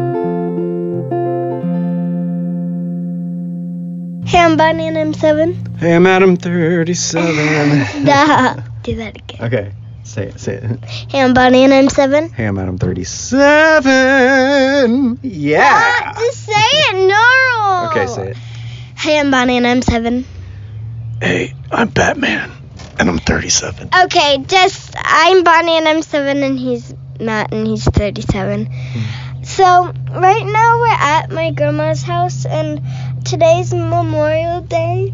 37? Hey, I'm Adam Oh, 37. Stop. Do that again. okay, say it, say it. Hey, I'm Bonnie and I'm 7. Hey, I'm Adam 37. Yeah. Stop, Ah, just say it normal. Okay, say it. Hey, I'm Bonnie and I'm 7. Hey, I'm Batman, and I'm 37. Okay, just I'm Bonnie and I'm seven and he's Matt and he's 37. Hmm. So right now we're at my grandma's house and today's Memorial Day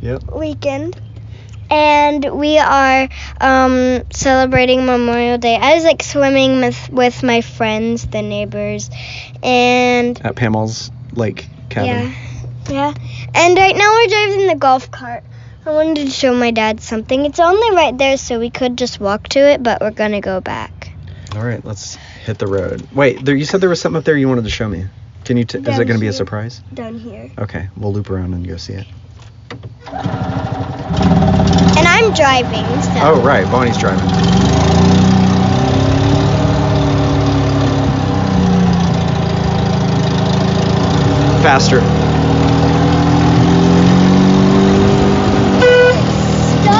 Yep. weekend. And we are um, celebrating Memorial Day. I was like swimming with, with my friends, the neighbors, and At Pamela's lake cabin. yeah, yeah. And right now we're driving the golf cart. I wanted to show my dad something. It's only right there, so we could just walk to it, but we're gonna go back. All right, let's hit the road. Wait, there, you said there was something up there you wanted to show me. Can you? T- is it Down going to be a here. surprise? Down here. Okay, we'll loop around and go see it. And I'm driving, so. Oh right, Bonnie's driving. Faster. Stop!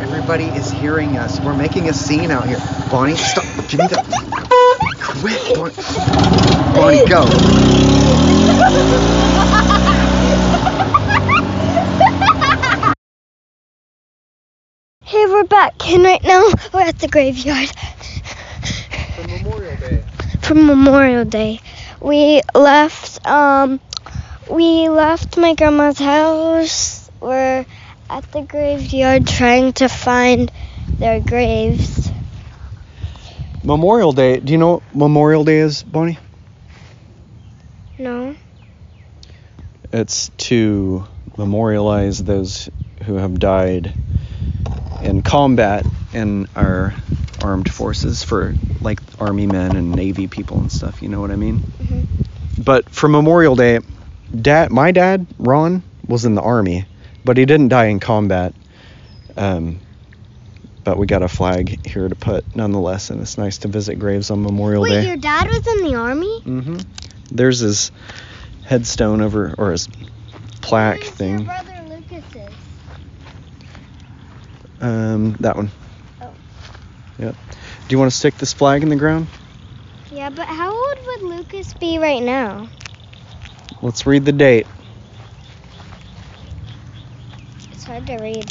Everybody is hearing us. We're making a scene out here. Bonnie, stop. Give me the. Quit, Bonnie. Bonnie, go. Hey, we're back, and right now we're at the graveyard Memorial Day. from Memorial Day. We left, um, we left my grandma's house. We're at the graveyard trying to find their graves. Memorial Day. Do you know what Memorial Day is, Bonnie? No? It's to memorialize those who have died in combat in our armed forces for like army men and navy people and stuff, you know what I mean? Mhm. But for Memorial Day, dad my dad, Ron, was in the army, but he didn't die in combat. Um but we got a flag here to put nonetheless and it's nice to visit graves on Memorial Wait, Day. your dad was in the army? hmm There's his headstone over, or his plaque thing. brother Lucas's. Um, that one. Oh. Yep. Do you want to stick this flag in the ground? Yeah, but how old would Lucas be right now? Let's read the date. It's hard to read.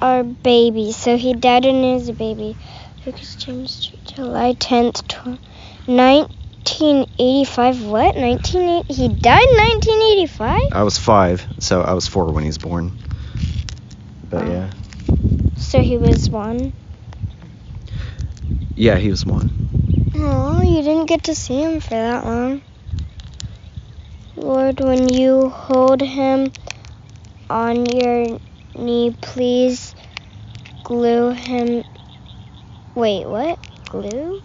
Our baby. So he died when he was a baby. Lucas James, July 10th, tw- 1985. What? 1980? He died in 1985? I was five, so I was four when he was born. But Oh. yeah, So he was one. yeah, he was one. Oh, you didn't get to see him for that long. Lord, when you hold him on your knee, please glue him. Wait, what? Glue?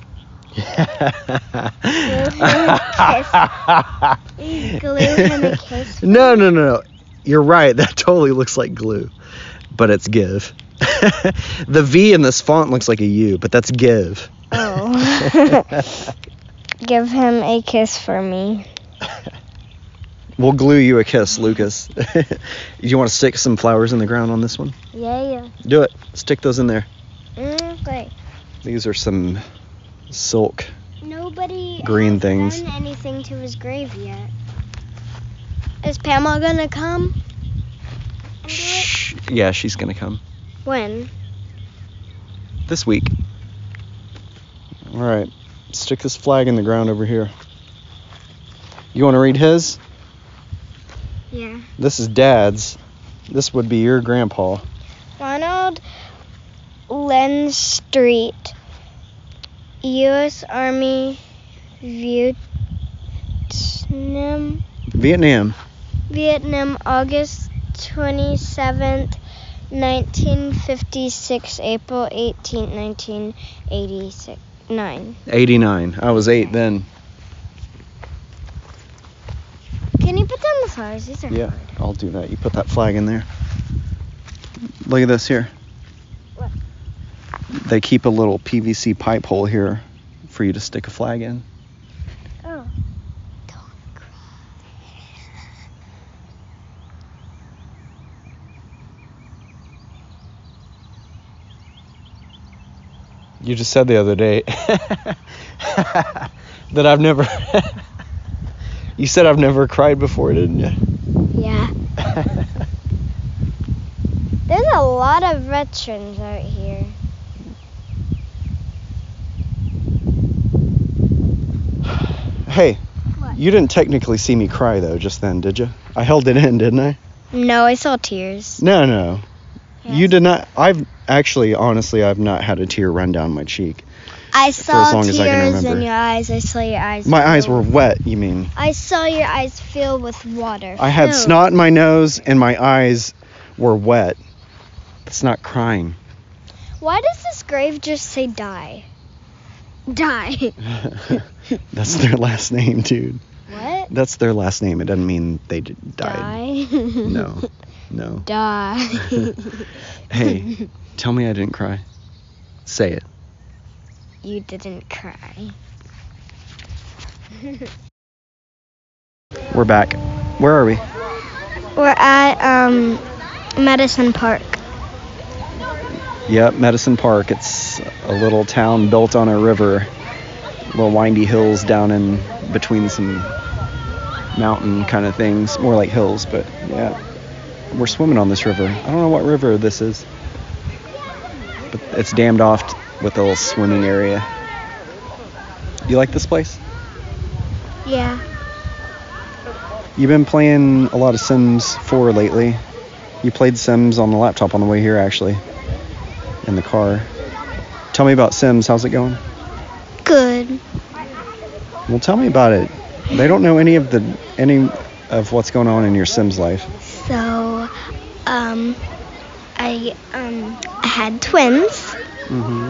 Glue him a kiss. No, no, no, no. You're right. That totally looks like glue, but it's give. the V in this font looks like a U, but that's give. Oh. Give him a kiss for me. we'll glue you a kiss, Lucas. you want to stick some flowers in the ground on this one? Yeah, Do it. Stick those in there. yeah. Okay. These are some silk. Nobody Green has things. done anything to his grave yet. Is Pamela gonna come? and do it? Shh. Yeah, she's gonna come When? this week. All right. Stick this flag in the ground over here. You want to read his? Yeah. This is Dad's. This would be your grandpa. Ronald Len Street, U.S. Army Vietnam, Vietnam. Vietnam, August 27th, 1956, April 18th, 1989. 89. I was eight then. Can you put down the flowers? These are Yeah, hard. I'll do that. You put that flag in there. Look at this here. What? They keep a little PVC pipe hole here for you to stick a flag in. Oh. You just said the other day that I've never. you said I've never cried before, didn't you? Yeah. There's a lot of veterans out here. hey, What? you didn't technically see me cry though just then, did you? I held it in, didn't I? No, I saw tears. No, no. You Yes. did not. I've actually, honestly, I've not had a tear run down my cheek. I as saw long as I can tears in remember. your eyes. I saw your eyes. My eyes fill- were wet, you mean? I saw your eyes fill with water. I had Filled. snot in my nose and my eyes were wet. That's not crying. Why does this grave just say die? Die. That's their last name, dude. What? That's their last name. It doesn't mean they d- died. Die. No, no. Die. Hey, tell me I didn't cry. Say it. you didn't cry. We're back. Where are we? We're at um Medicine Park. Yep, Medicine Park. It's a little town built on a river. Little windy hills down in between some mountain kind of things. More like hills, but yeah. We're swimming on this river. I don't know what river this is. But it's dammed off t- with a little swimming area. You like this place? Yeah. You've been playing a lot of Sims 4 lately. You played Sims on the laptop on the way here, actually, in the car. Tell me about Sims. How's it going? Good. Well, tell me about it. They don't know any of the any of what's going on in your Sims life. So um I um I had twins. Mm-hmm.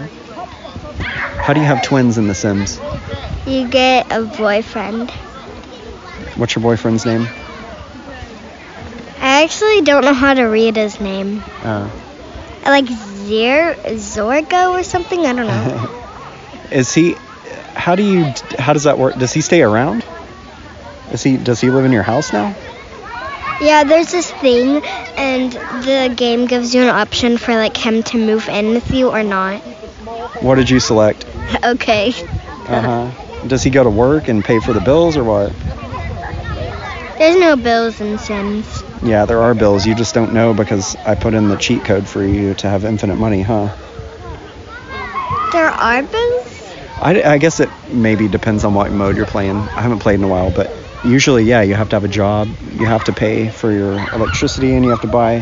How do you have twins in the Sims? You get a boyfriend. What's your boyfriend's name? I actually don't know how to read his name. Uh, I Like Zer Zorgo or something. I don't know. is he? How do you? How does that work? Does he stay around? Is he? Does he live in your house now? yeah, there's this thing, and the game gives you an option for like him to move in with you or not. What did you select? okay. Uh huh. Does he go to work and pay for the bills or what? There's no bills in Sims. Yeah, there are bills. You just don't know because I put in the cheat code for you to have infinite money, huh? There are bills. I, I guess it maybe depends on what mode you're playing. I haven't played in a while, but usually, yeah, you have to have a job. You have to pay for your electricity and you have to buy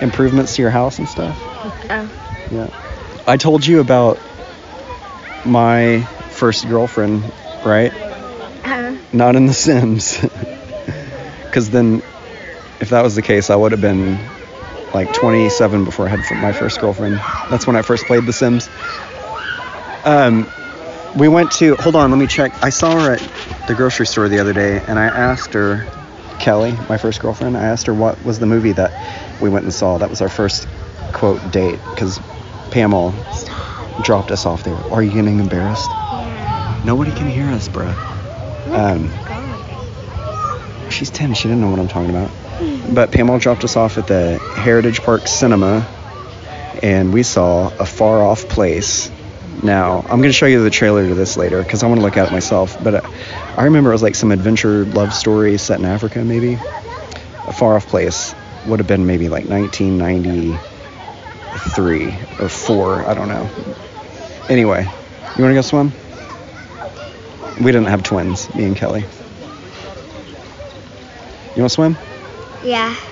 improvements to your house and stuff. Oh. Yeah. I told you about my first girlfriend, right? Uh, Not in The Sims. Because then, if that was the case, I would have been like 27 before I had f- my first girlfriend. That's when I first played The Sims. Um, we went to, hold on, let me check. I saw her at the grocery store the other day and I asked her, Kelly, my first girlfriend, I asked her what was the movie that we went and saw. That was our first quote date because Pamela dropped us off there. Are you getting embarrassed? yeah. Nobody can hear us, bruh. Um, She's 10. She didn't know what I'm talking about. But Pamela dropped us off at the Heritage Park Cinema, and we saw A Far Off Place. Now, I'm going to show you the trailer to this later because I want to look at it myself. But uh, I remember it was like some adventure love story set in Africa, maybe. A Far Off Place would have been maybe like 1993 or 4. I don't know. Anyway, you want to go swim? We didn't have twins, me and Kelly. You want to swim? Yeah.